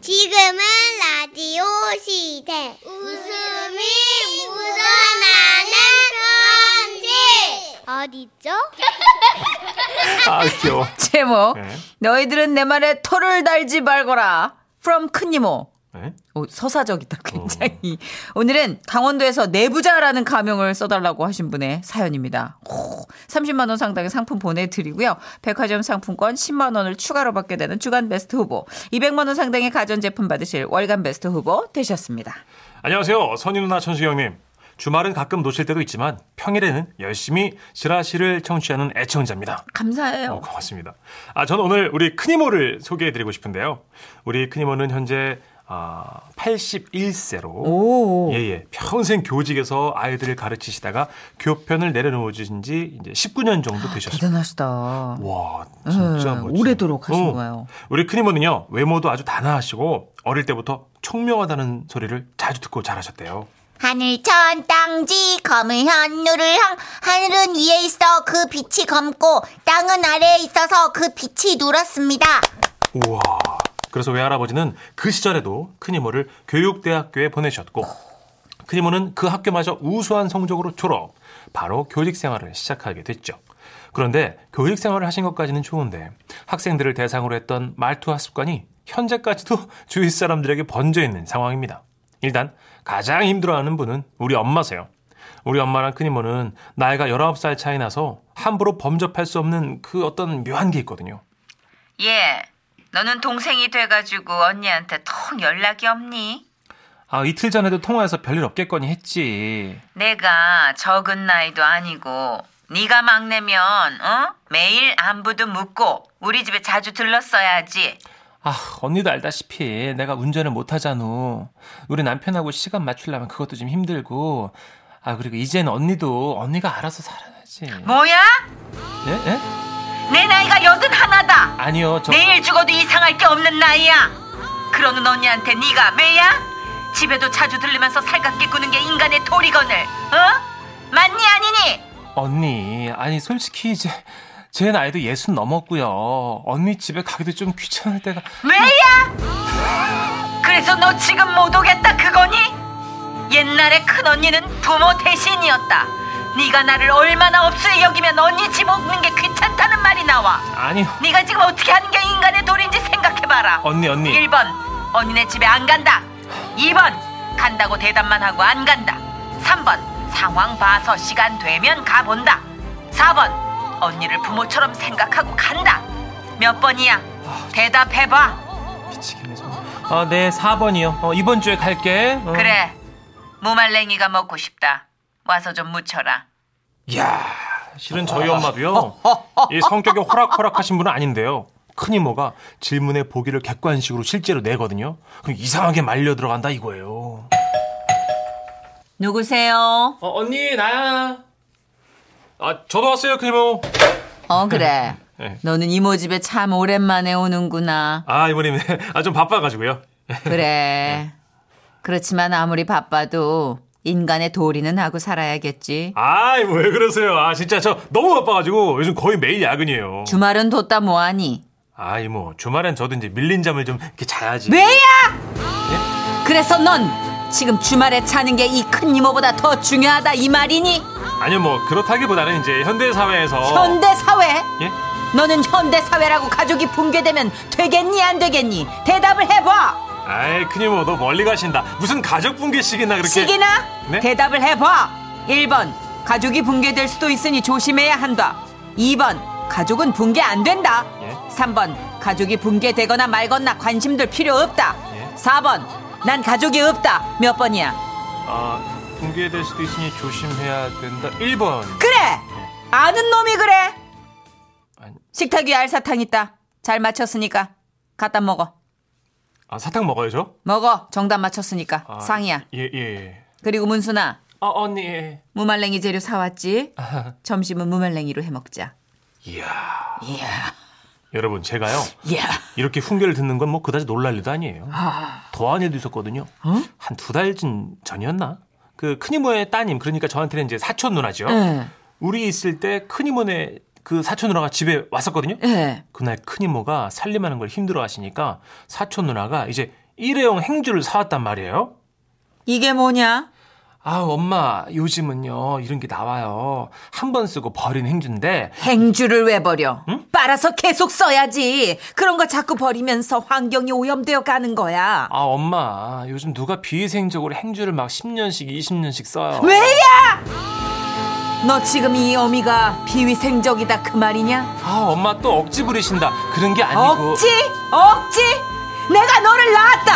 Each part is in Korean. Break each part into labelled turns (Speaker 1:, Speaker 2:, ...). Speaker 1: 지금은 라디오 시대. 웃음이 묻어나는 편지. 어디죠?
Speaker 2: 아 귀여워.
Speaker 3: 제목
Speaker 2: 네.
Speaker 3: 너희들은 내 말에 토를 달지 말거라 from 큰이모
Speaker 2: 네?
Speaker 3: 오, 서사적이다 굉장히 오늘은 강원도에서 내부자라는 가명을 써달라고 하신 분의 사연입니다 오, 30만 원 상당의 상품 보내드리고요 백화점 상품권 10만 원을 추가로 받게 되는 주간 베스트 후보 200만 원 상당의 가전제품 받으실 월간 베스트 후보 되셨습니다
Speaker 2: 안녕하세요. 선희 누나 천수경님. 주말은 가끔 놓칠 때도 있지만 평일에는 열심히 지라시를 청취하는 애청자입니다.
Speaker 3: 감사해요
Speaker 2: 어, 고맙습니다. 아, 저는 오늘 우리 큰이모를 소개해드리고 싶은데요. 우리 큰이모는 현재 아, 81세로
Speaker 3: 오
Speaker 2: 예예 평생 교직에서 아이들을 가르치시다가 교편을 내려놓으신 지 이제 19년 정도 되셨습니다. 어.
Speaker 3: 대단하시다
Speaker 2: 와 진짜
Speaker 3: 예,
Speaker 2: 멋지
Speaker 3: 오래도록 하신 거예요.
Speaker 2: 우리 큰이모는요 외모도 아주 단아하시고 어릴 때부터 총명하다는 소리를 자주 듣고 자라셨대요.
Speaker 4: 하늘천 땅지 검은 하늘을 향 하늘은 위에 있어 그 빛이 검고 땅은 아래에 있어서 그 빛이 누렇습니다.
Speaker 2: 우와. 그래서 외할아버지는 그 시절에도 큰이모를 교육대학교에 보내셨고 큰이모는 그 학교마저 우수한 성적으로 졸업, 바로 교직 생활을 시작하게 됐죠. 그런데 교직 생활을 하신 것까지는 좋은데 학생들을 대상으로 했던 말투와 습관이 현재까지도 주위 사람들에게 번져 있는 상황입니다. 일단 가장 힘들어하는 분은 우리 엄마세요. 우리 엄마랑 큰이모는 나이가 19살 차이 나서 함부로 범접할 수 없는 그 어떤 묘한 게 있거든요.
Speaker 3: 예 너는 동생이 돼가지고 언니한테 통 연락이 없니?
Speaker 2: 아, 이틀 전에도 통화해서 별일 없겠거니 했지.
Speaker 3: 내가 적은 나이도 아니고 네가 막내면 어? 매일 안부도 묻고 우리 집에 자주 들렀어야지.
Speaker 2: 아, 언니도 알다시피 내가 운전을 못하잖아. 우리 남편하고 시간 맞추려면 그것도 좀 힘들고. 아, 그리고 이젠 언니도 언니가 알아서 살아야지.
Speaker 3: 뭐야?
Speaker 2: 예? 예?
Speaker 3: 내 나이가 여든 하나다.
Speaker 2: 아니요, 저.
Speaker 3: 매일 죽어도 이상할 게 없는 나이야. 그러는 언니한테 네가 매야? 집에도 자주 들르면서 살갑게 구는 게 인간의 도리건을 어? 맞니 아니니?
Speaker 2: 언니, 아니, 솔직히 이제 제 나이도 예순 넘었고요. 언니 집에 가기도 좀 귀찮을 때가.
Speaker 3: 왜야? 그래서 너 지금 못 오겠다 그거니? 옛날에 큰 언니는 부모 대신이었다. 네가 나를 얼마나 업수에 여기면 언니 집 오는 게 귀찮다는 말이 나와.
Speaker 2: 아니요.
Speaker 3: 네가 지금 어떻게 하는 게 인간의 도리인지 생각해봐라.
Speaker 2: 언니, 언니.
Speaker 3: 1번 언니네 집에 안 간다. 2번 간다고 대답만 하고 안 간다. 3번 상황 봐서 시간 되면 가본다. 4번 언니를 부모처럼 생각하고 간다. 몇 번이야?
Speaker 2: 아,
Speaker 3: 대답해봐.
Speaker 2: 미치겠네, 정말. 어, 네, 4번이요. 어, 이번 주에 갈게. 어.
Speaker 3: 그래 무말랭이가 먹고 싶다 와서 좀 묻혀라
Speaker 2: 이야, 실은 저희 엄마도요. 이 성격이 호락호락하신 분은 아닌데요. 큰 이모가 질문의 보기를 객관식으로 실제로 내거든요. 그럼 이상하게 말려 들어간다 이거예요.
Speaker 3: 누구세요?
Speaker 2: 어, 언니 나야. 아, 저도 왔어요, 큰 이모.
Speaker 3: 어 그래
Speaker 2: 네.
Speaker 3: 너는 이모 집에 참 오랜만에 오는구나
Speaker 2: 아, 이모님, 아 좀 바빠가지고요.
Speaker 3: 그래 네. 그렇지만 아무리 바빠도 인간의 도리는 하고 살아야겠지
Speaker 2: 아, 이모 왜 그러세요? 아, 진짜 저 너무 바빠가지고 요즘 거의 매일 야근이에요.
Speaker 3: 주말은 뒀다 뭐하니
Speaker 2: 아, 이모 주말엔 저도 이제 밀린 잠을 좀 이렇게 자야지.
Speaker 3: 네. 왜야 그래서 넌 지금 주말에 차는 게 이 큰 이모보다 더 중요하다 이 말이니
Speaker 2: 아니요, 뭐 그렇다기보다는 이제 현대 사회에서
Speaker 3: 어. 현대 사회
Speaker 2: 예?
Speaker 3: 너는 현대 사회라고 가족이 붕괴되면 되겠니 안 되겠니 대답을 해봐
Speaker 2: 아이 큰이모 너 멀리 가신다 무슨 가족 붕괴식이나 그렇게
Speaker 3: 시기나
Speaker 2: 네?
Speaker 3: 대답을 해봐 1번 가족이 붕괴될 수도 있으니 조심해야 한다 2번 가족은 붕괴 안 된다
Speaker 2: 예.
Speaker 3: 3번 가족이 붕괴되거나 말거나 관심들 필요 없다
Speaker 2: 예.
Speaker 3: 4번 난 가족이 없다 몇 번이야
Speaker 2: 아 붕괴될 수도 있으니 조심해야 된다 1번
Speaker 3: 그래
Speaker 2: 예.
Speaker 3: 아는 놈이 그래
Speaker 2: 아니.
Speaker 3: 식탁 위에 알사탕 있다 잘 맞췄으니까 갖다 먹어
Speaker 2: 아 사탕 먹어야죠
Speaker 3: 먹어 정답 맞췄으니까
Speaker 2: 아,
Speaker 3: 상이야
Speaker 2: 예예 예.
Speaker 3: 그리고 문순아
Speaker 2: 아 언니 예.
Speaker 3: 무말랭이 재료 사왔지 점심은 무말랭이로 해먹자
Speaker 2: 이야
Speaker 3: 이야
Speaker 2: 여러분 제가요
Speaker 3: 이야
Speaker 2: 이렇게 훈계를 듣는 건 뭐 그다지 놀랄 일도 아니에요 어? 더한 일도 있었거든요 한 두 달 전이었나 그 큰이모의 따님 그러니까 저한테는 이제 사촌 누나죠
Speaker 3: 예.
Speaker 2: 우리 있을 때 큰이모네 그 사촌 누나가 집에 왔었거든요
Speaker 3: 예.
Speaker 2: 그날 큰이모가 살림하는 걸 힘들어 하시니까 사촌 누나가 이제 일회용 행주를 사왔단 말이에요.
Speaker 3: 이게 뭐냐?
Speaker 2: 아, 엄마, 요즘은요, 이런 게 나와요. 한 번 쓰고 버린 행주인데,
Speaker 3: 행주를 왜 버려? 빨아서 계속 써야지. 그런 거 자꾸 버리면서 환경이 오염되어 가는 거야.
Speaker 2: 아, 엄마, 요즘 누가 비위생적으로 행주를 막 10년씩, 20년씩 써요.
Speaker 3: 왜야? 너 지금 이 어미가 비위생적이다 그 말이냐?
Speaker 2: 아, 엄마 또 억지 부리신다. 그런 게 아니고.
Speaker 3: 억지? 억지? 내가 너를 낳았다.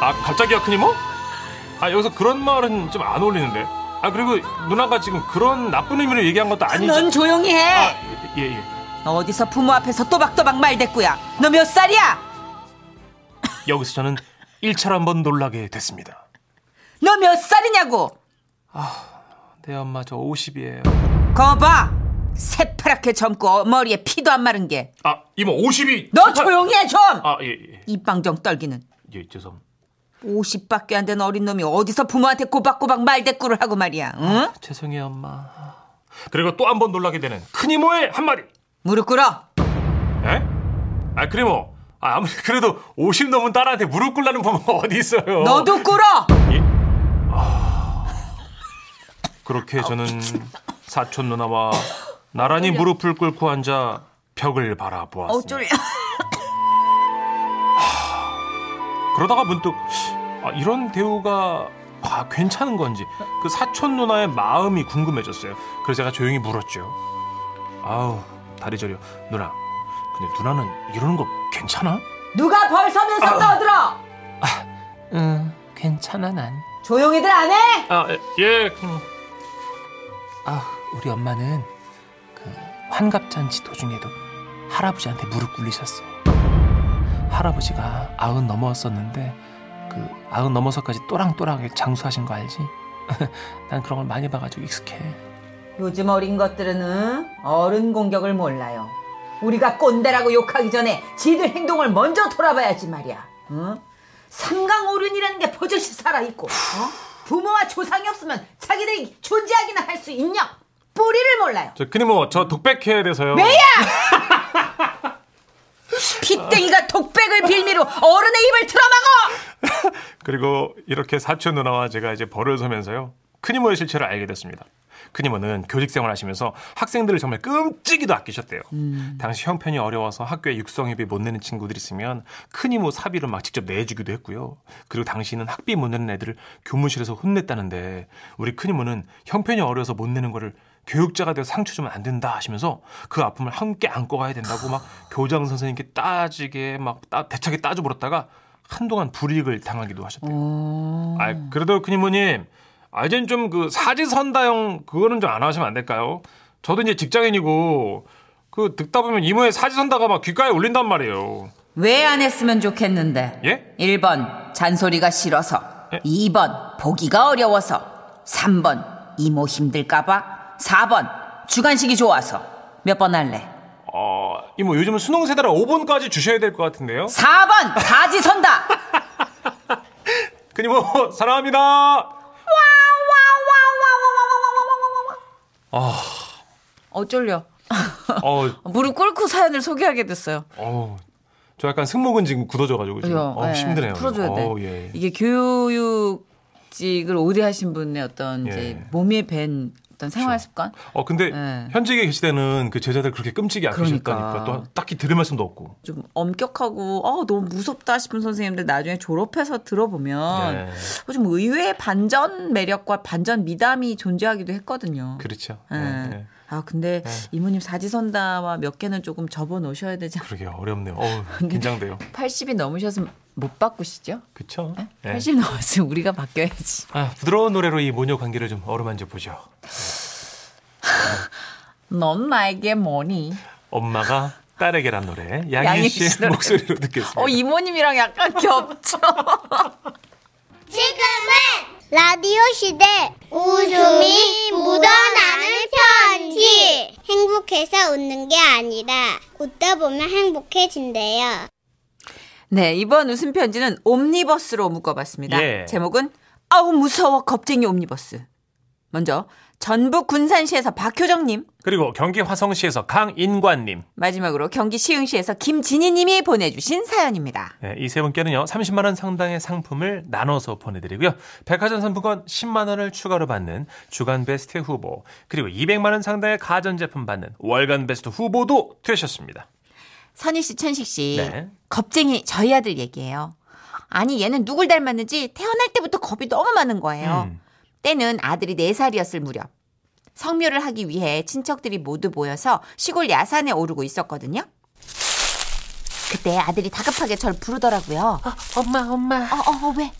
Speaker 2: 아, 갑자기요, 큰이모? 아, 여기서 그런 말은 좀 안 어울리는데. 아, 그리고 누나가 지금 그런 나쁜 의미로 얘기한 것도 아니죠.
Speaker 3: 넌 조용히
Speaker 2: 아,
Speaker 3: 해.
Speaker 2: 예, 예.
Speaker 3: 너 어디서 부모 앞에서 또박또박 말대꾸야. 너 몇 살이야?
Speaker 2: 여기서 저는 1차로 한번 놀라게 됐습니다.
Speaker 3: 너 몇 살이냐고.
Speaker 2: 네, 엄마, 저 50이에요.
Speaker 3: 거봐. 새파랗게 젊고 머리에 피도 안 마른 게.
Speaker 2: 아, 이모 50이.
Speaker 3: 너 조용히 해 좀.
Speaker 2: 아, 예, 예.
Speaker 3: 입방정 떨기는.
Speaker 2: 예, 죄송합니다.
Speaker 3: 50밖에 안 된 어린 놈이 어디서 부모한테 꼬박꼬박 말대꾸를 하고 말이야. 응?
Speaker 2: 죄송해요, 엄마. 그리고 또 한 번 놀라게 되는 큰이모의 한마디.
Speaker 3: 무릎 꿇어.
Speaker 2: 에? 아, 큰이모. 아, 아무리 그래도 50 넘은 딸한테 무릎 꿇라는 부모가 어디 있어요.
Speaker 3: 너도 꿇어.
Speaker 2: 그렇게 저는 사촌 누나와 나란히 무릎을 꿇고 앉아 벽을
Speaker 3: 어우
Speaker 2: 바라보았습니다.
Speaker 3: 쫄려.
Speaker 2: 그러다가 문득 아, 이런 대우가 과- 괜찮은 건지 그 사촌 누나의 마음이 궁금해졌어요. 그래서 제가 조용히 물었죠. 아우 다리 저려 누나. 근데 누나는 이러는 거 괜찮아?
Speaker 3: 누가 벌서면서 떠들어.
Speaker 2: 응 어, 괜찮아 난.
Speaker 3: 조용히들 안 해.
Speaker 2: 아 예. 아 우리 엄마는 그 환갑잔치 도중에도 할아버지한테 무릎 꿇리셨어. 할아버지가 아흔 넘었었는데 그 아흔 넘어서까지 또랑또랑하게 장수하신 거 알지? 난 그런 걸 많이 봐가지고 익숙해.
Speaker 3: 요즘 어린 것들은 응? 어른 공격을 몰라요. 우리가 꼰대라고 욕하기 전에 지들 행동을 먼저 돌아봐야지 말이야. 응? 삼강오륜이라는 게 버젓이 살아있고 어? 부모와 조상이 없으면 자기들이 존재하기나 할 수 있냐? 뿌리를 몰라요.
Speaker 2: 저 그니모 저 독백해야 돼서요.
Speaker 3: 빗댕이가 독백을 빌미로 어른의 입을 틀어막어!
Speaker 2: 그리고 이렇게 사촌 누나와 제가 이제 벌을 서면서요. 큰이모의 실체를 알게 됐습니다. 큰이모는 교직 생활하시면서 학생들을 정말 끔찍이도 아끼셨대요. 당시 형편이 어려워서 학교에 육성회비 못 내는 친구들 있으면 큰이모 사비를 막 직접 내주기도 했고요. 그리고 당시는 학비 못 내는 애들을 교무실에서 혼냈다는데 우리 큰이모는 형편이 어려워서 못 내는 거를 교육자가 돼서 상처 주면 안 된다 하시면서 그 아픔을 함께 안고 가야 된다고 막 교장 선생님께 따지게 막 따, 대차게 따져 물었다가 한동안 불이익을 당하기도 하셨대요. 아, 그래도 큰이모님, 아, 이젠 좀 그 사지선다형 그거는 좀 안 하시면 안 될까요? 저도 이제 직장인이고, 그 듣다 보면 이모의 사지선다가 막 귓가에 울린단 말이에요.
Speaker 3: 왜 안 했으면 좋겠는데?
Speaker 2: 예?
Speaker 3: 1번, 잔소리가 싫어서.
Speaker 2: 예?
Speaker 3: 2번, 보기가 어려워서. 3번, 이모 힘들까봐. 4번, 주간식이 좋아서. 몇 번 할래?
Speaker 2: 어, 이모 요즘은 수능 세달에 5번까지 주셔야 될 것 같은데요?
Speaker 3: 4번, 사지선다!
Speaker 2: 큰이모, 사랑합니다!
Speaker 3: 어쩔려.
Speaker 2: 아, 어,
Speaker 3: 무릎 꿇고 사연을 소개하게 됐어요.
Speaker 2: 어. 저 약간 승모근 지금 굳어져가지고 지금
Speaker 3: 그죠?
Speaker 2: 어,
Speaker 3: 예,
Speaker 2: 힘드네요.
Speaker 3: 풀어줘야 돼.
Speaker 2: 어, 예.
Speaker 3: 이게 교육직을 오대하신 분의 어떤 이제
Speaker 2: 예.
Speaker 3: 몸에 밴 어떤 생활 습관?
Speaker 2: 어 근데
Speaker 3: 예.
Speaker 2: 현직에 계시다는 그 제자들 그렇게 끔찍이 아끼셨다니까
Speaker 3: 그러니까.
Speaker 2: 또 딱히 들을 말씀도 없고
Speaker 3: 좀 엄격하고 어, 너무 무섭다 싶은 선생님들 나중에 졸업해서 들어보면
Speaker 2: 예.
Speaker 3: 어, 좀 의외의 반전 매력과 반전 미담이 존재하기도 했거든요.
Speaker 2: 그렇죠.
Speaker 3: 예.
Speaker 2: 예, 예.
Speaker 3: 아 근데 이모님 사지선다와 몇 개는 조금 접어 놓으셔야 되지 않
Speaker 2: 그러게요 어렵네요. 어우, 긴장돼요.
Speaker 3: 80이 넘으셨으면 못 바꾸시죠?
Speaker 5: 예?
Speaker 2: 그쵸? 네.
Speaker 3: 80 넘었으면 우리가 바뀌어야지.
Speaker 2: 아, 부드러운 노래로 이 모녀 관계를 좀 어루만져 보죠.
Speaker 3: 넌 나에게 뭐니?
Speaker 2: 엄마가 딸에게란 노래
Speaker 3: 양희
Speaker 2: 양희
Speaker 3: 씨
Speaker 2: 씨의
Speaker 3: 노래.
Speaker 2: 목소리로 듣겠습니다.
Speaker 3: 어 이모님이랑 약간 겹쳐.
Speaker 1: 지금은 라디오 시대 웃음이 묻어나는 편지 행복해서 웃는 게 아니라 웃다 보면 행복해진대요
Speaker 3: 네 이번 웃음 편지는 옴니버스로 묶어봤습니다.
Speaker 2: 예.
Speaker 3: 제목은 아우 무서워 겁쟁이 옴니버스. 먼저
Speaker 4: 전북 군산시에서 박효정님,
Speaker 6: 그리고 경기 화성시에서 강인관님.
Speaker 4: 마지막으로 경기 시흥시에서 김진희님이 보내주신 사연입니다.
Speaker 6: 네, 이 세 분께는요, 30만원 상당의 상품을 나눠서 보내드리고요. 백화점 상품권 10만원을 추가로 받는 주간 베스트 후보, 그리고 200만원 상당의 가전제품 받는 월간 베스트 후보도 되셨습니다.
Speaker 4: 선희 씨, 천식 씨,
Speaker 6: 네.
Speaker 4: 겁쟁이 저희 아들 얘기예요. 아니 얘는 누굴 닮았는지 태어날 때부터 겁이 너무 많은 거예요.
Speaker 6: 음.
Speaker 4: 때는 아들이 4살이었을 무렵. 성묘를 하기 위해 친척들이 모두 모여서 시골 야산에 오르고 있었거든요. 그때 아들이 다급하게 절 부르더라고요.
Speaker 3: 어, 엄마 엄마
Speaker 4: 어, 어, 어, 왜?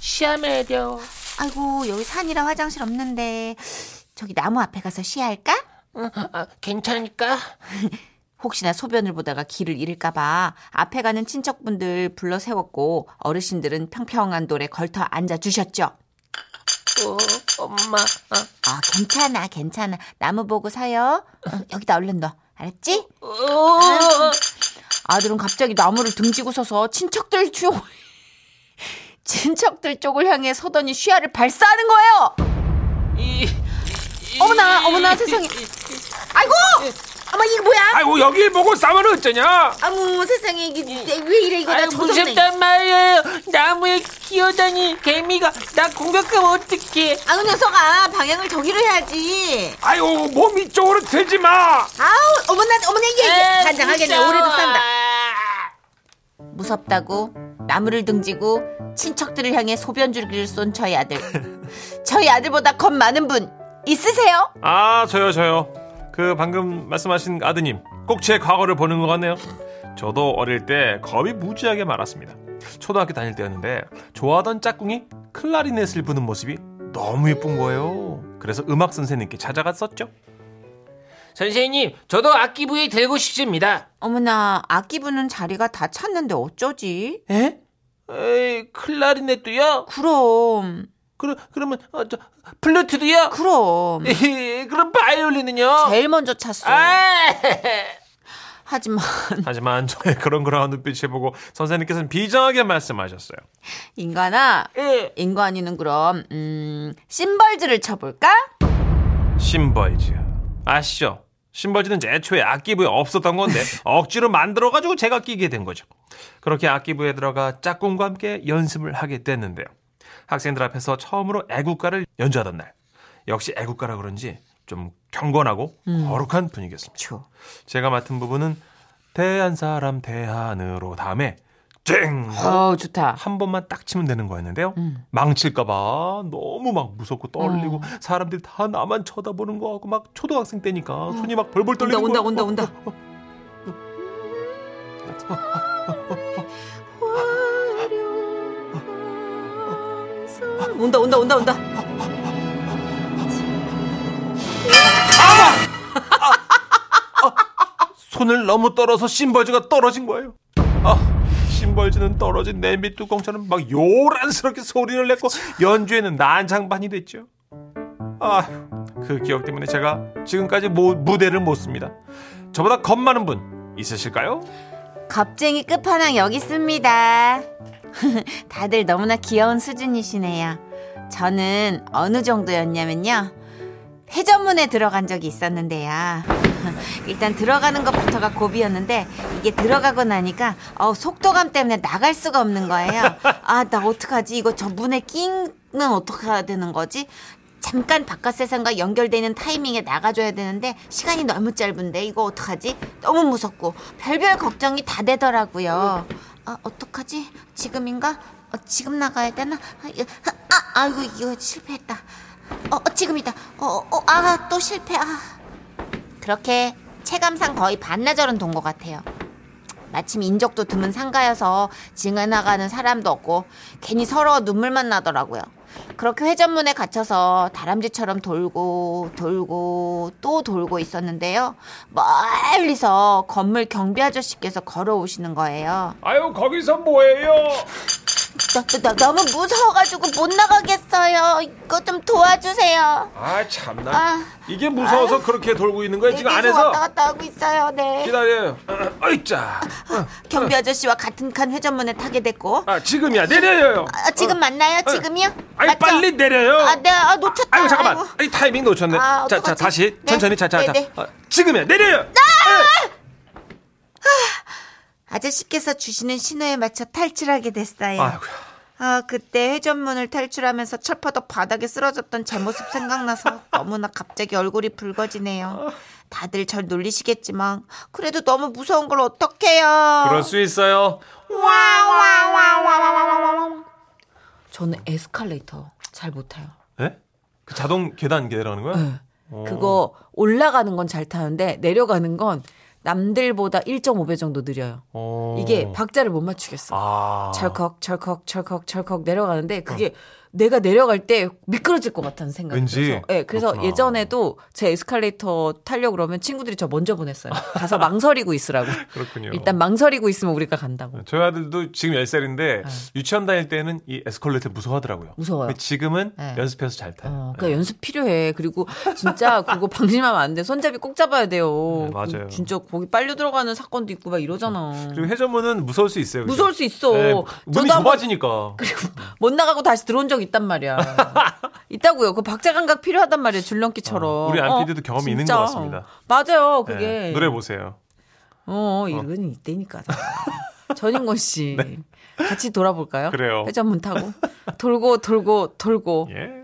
Speaker 3: 시험해야 돼요
Speaker 4: 아이고, 여기 산이라 화장실 없는데. 저기 나무 앞에 가서 쉬할까?
Speaker 3: 응, 아, 괜찮을까?
Speaker 4: 혹시나 소변을 보다가 길을 잃을까봐 앞에 가는 친척분들 불러 세웠고 어르신들은 평평한 돌에 걸터 앉아 주셨죠.
Speaker 3: 어, 엄마 아,
Speaker 4: 아, 괜찮아, 괜찮아. 나무 보고 사요. 어, 여기다 얼른 넣어. 알았지?
Speaker 3: 어,
Speaker 4: 아들은 갑자기 나무를 등지고 서서 친척들 쪽 친척들 쪽을 향해 서더니 쉬아를 발사하는 거예요.
Speaker 3: 이,
Speaker 4: 어머나, 어머나 세상에. 아이고! 어머 이게 뭐야?
Speaker 6: 아이고, 여길 보고 싸면 어쩌냐!
Speaker 4: 아무 세상에 이게 왜 이래 이거 나
Speaker 3: 아유
Speaker 4: 저정네.
Speaker 3: 무섭단 말이에요 나무에 기어다니 개미가 나 공격하면 어떡해
Speaker 4: 아우 녀석아 방향을 저기로 해야지.
Speaker 6: 아이고, 몸 이쪽으로 들지 마!
Speaker 4: 아우 어머나 어머나 이게
Speaker 3: 에이,
Speaker 4: 단장하겠네
Speaker 3: 무서워.
Speaker 4: 올해도 산다. 무섭다고 나무를 등지고 친척들을 향해 소변줄기를 쏜 저희 아들. 저희 아들보다 겁 많은 분 있으세요?
Speaker 6: 아, 저요, 저요. 그 방금 말씀하신 아드님, 꼭 제 과거를 보는 것 같네요. 저도 어릴 때 겁이 무지하게 많았습니다. 초등학교 다닐 때였는데 좋아하던 짝꿍이 클라리넷을 부는 모습이 너무 예쁜 거예요. 그래서 음악 선생님께 찾아갔었죠.
Speaker 3: 선생님 저도 악기부에 들고 싶습니다
Speaker 4: 어머나 악기 부는 자리가 다 찼는데 어쩌지?
Speaker 3: 에? 에이 클라리넷도요?
Speaker 4: 그럼
Speaker 3: 그러, 그러면 어, 저, 플루트도요?
Speaker 4: 그럼
Speaker 3: 에이, 그럼 바이올린은요?
Speaker 4: 제일 먼저 찼어.
Speaker 3: 아
Speaker 4: 하지만
Speaker 6: 하지만 저의 그런 그러한 눈빛을 보고 선생님께서는 비장하게 말씀하셨어요.
Speaker 4: 인간아
Speaker 3: 예.
Speaker 4: 인간이는 그럼 음 심벌즈를 쳐볼까?
Speaker 6: 심벌즈. 아시죠? 심벌즈는 애초에 악기부에 없었던 건데 억지로 만들어가지고 제가 끼게 된 거죠. 그렇게 악기부에 들어가 짝꿍과 함께 연습을 하게 됐는데요. 학생들 앞에서 처음으로 애국가를 연주하던 날. 역시 애국가라 그런지 좀 경건하고 거룩한 분위기였습니다.
Speaker 4: 저
Speaker 6: 제가 맡은 부분은 대한 사람 대한으로 다음에 쨍!
Speaker 4: 어 좋다.
Speaker 6: 한 번만 딱 치면 되는 거였는데요.
Speaker 4: 음.
Speaker 6: 망칠까봐 너무 막 무섭고 떨리고
Speaker 4: 어.
Speaker 6: 사람들이 다 나만 쳐다보는 거 하고 막 초등학생 때니까 손이 막 벌벌
Speaker 4: 어. 온다
Speaker 3: 아,
Speaker 6: 떨리는
Speaker 4: 온다
Speaker 6: 거예요.
Speaker 4: 온다
Speaker 6: 어,
Speaker 4: 온다. 온다 온다 온다 온다.
Speaker 6: 손을 너무 떨어서 심벌즈가 떨어진 거예요. 아, 심벌즈는 떨어진 냄비 뚜껑처럼 막 요란스럽게 소리를 냈고 연주에는 난장판이 됐죠. 아, 그 기억 때문에 제가 지금까지 모- 무대를 못 씁니다. 저보다 겁 많은 분 있으실까요?
Speaker 4: 겁쟁이 끝판왕 여기 있습니다. 다들 너무나 귀여운 수준이시네요. 저는 어느 정도였냐면요. 회전문에 들어간 적이 있었는데요. 일단 들어가는 것부터가 고비였는데 이게 들어가고 나니까 어, 속도감 때문에 나갈 수가 없는 거예요. 아, 나 어떡하지? 이거 저 문에 끼는 어떻게 해야 되는 거지? 잠깐 바깥 세상과 연결되는 타이밍에 나가줘야 되는데 시간이 너무 짧은데 이거 어떡하지? 너무 무섭고 별별 걱정이 다 되더라고요. 아, 어떡하지? 지금인가? 어, 지금 나가야 되나? 아, 이거- 아, 아이고 이거 실패했다. 어, 어, 지금이다. 어, 어, 아 또 실패. 아. 그렇게 체감상 거의 반나절은 돈 것 같아요. 마침 인적도 드문 상가여서 지나가는 사람도 없고 괜히 서러워 눈물만 나더라고요. 그렇게 회전문에 갇혀서 다람쥐처럼 돌고 돌고 또 돌고 있었는데요. 멀리서 건물 경비 아저씨께서 걸어오시는 거예요.
Speaker 6: 아유, 거기서 뭐예요?
Speaker 4: 나, 나 너무 무서워가지고 못 나가겠어요. 이거 좀 도와주세요.
Speaker 6: 아 참나
Speaker 4: 아.
Speaker 6: 이게 무서워서 그렇게 돌고 있는 거야 지금
Speaker 4: 네, 계속
Speaker 6: 안에서
Speaker 4: 왔다 갔다 하고 있어요. 네.
Speaker 6: 기다려요 어이짜
Speaker 4: 경비 아저씨와 같은 칸 회전문에 타게 됐고.
Speaker 6: 아 지금이야 내려요
Speaker 4: 아, 지금 만나요? 지금이요?
Speaker 6: 아니
Speaker 4: 맞죠?
Speaker 6: 빨리 내려요
Speaker 4: 아, 네. 아, 놓쳤다.
Speaker 6: 아이고 잠깐만
Speaker 4: 아이고.
Speaker 6: 아니, 타이밍 놓쳤네
Speaker 4: 아,
Speaker 6: 자, 자
Speaker 4: 어떡하지?
Speaker 6: 다시
Speaker 4: 네.
Speaker 6: 천천히 자자자 아,
Speaker 4: 네, 아! 네.
Speaker 6: 지금이야 내려요
Speaker 4: 아저씨께서 주시는 신호에 맞춰 탈출하게 됐어요.
Speaker 6: 네. 아이고
Speaker 4: 아, 그때 회전문을 탈출하면서 철퍼덕 바닥에 쓰러졌던 제 모습 생각나서 너무나 갑자기 얼굴이
Speaker 6: 아.
Speaker 4: 붉어지네요. 다들 절 놀리시겠지만 그래도 너무 무서운 걸 어떡해요.
Speaker 6: 그럴 수 있어요
Speaker 5: 저는 에스컬레이터 잘 못 타요.
Speaker 2: 예? 그 자동 계단 계단하는 거야?
Speaker 5: 예.
Speaker 4: 어.
Speaker 5: 그거 올라가는 건 잘 타는데 내려가는 건 남들보다 1.5배 정도 느려요.
Speaker 2: 어.
Speaker 5: 이게 박자를 못 맞추겠어.
Speaker 2: 아.
Speaker 5: 철컥 철컥 철컥 철컥 내려가는데 그게 내가 내려갈 때 미끄러질 것 같다는 생각이
Speaker 2: 왠지.
Speaker 5: 들어서. 예, 그래서
Speaker 2: 그렇구나.
Speaker 5: 예전에도 제 에스컬레이터 타려고 그러면 친구들이 저 먼저 보냈어요. 가서 망설이고 있으라고.
Speaker 2: 그렇군요.
Speaker 5: 일단 망설이고 있으면 우리가 간다고.
Speaker 2: 저희 아들도 지금 10살인데 유치원 다닐 때는 이 에스컬레이터 무서워하더라고요.
Speaker 5: 예. 무서워요.
Speaker 2: 근데 지금은
Speaker 5: 네.
Speaker 2: 연습해서 잘 타요.
Speaker 5: 어,
Speaker 2: 네.
Speaker 5: 그러니까 연습 필요해. 그리고 진짜 그거 방심하면 안 돼. 손잡이 꼭 잡아야 돼요.
Speaker 2: 네, 맞아요. 그렇죠.
Speaker 5: 그 진짜 거기 빨려 들어가는 사건도 있고 막 이러잖아.
Speaker 2: 그리고 회전문은 무서울 수 있어요. 그죠?
Speaker 5: 무서울 수 있어.
Speaker 2: 네, 문이
Speaker 5: 저도 한번
Speaker 2: 좁아지니까.
Speaker 5: 못 나가고 다시 들어온 적 있단 말이야. 있다고요. 그 박자 감각 필요하단 말이야. 줄넘기처럼.
Speaker 2: 어, 우리 안 PD도 경험이 있는
Speaker 5: 진짜.
Speaker 2: 것 같습니다.
Speaker 5: 맞아요.
Speaker 2: 네,
Speaker 5: 그게.
Speaker 2: 노래 보세요.
Speaker 5: 어, 이건 이때니까. 전인권 씨. 같이 돌아볼까요?
Speaker 2: 네. 그래요.
Speaker 5: 회전문 타고 돌고 돌고 돌고
Speaker 2: 예.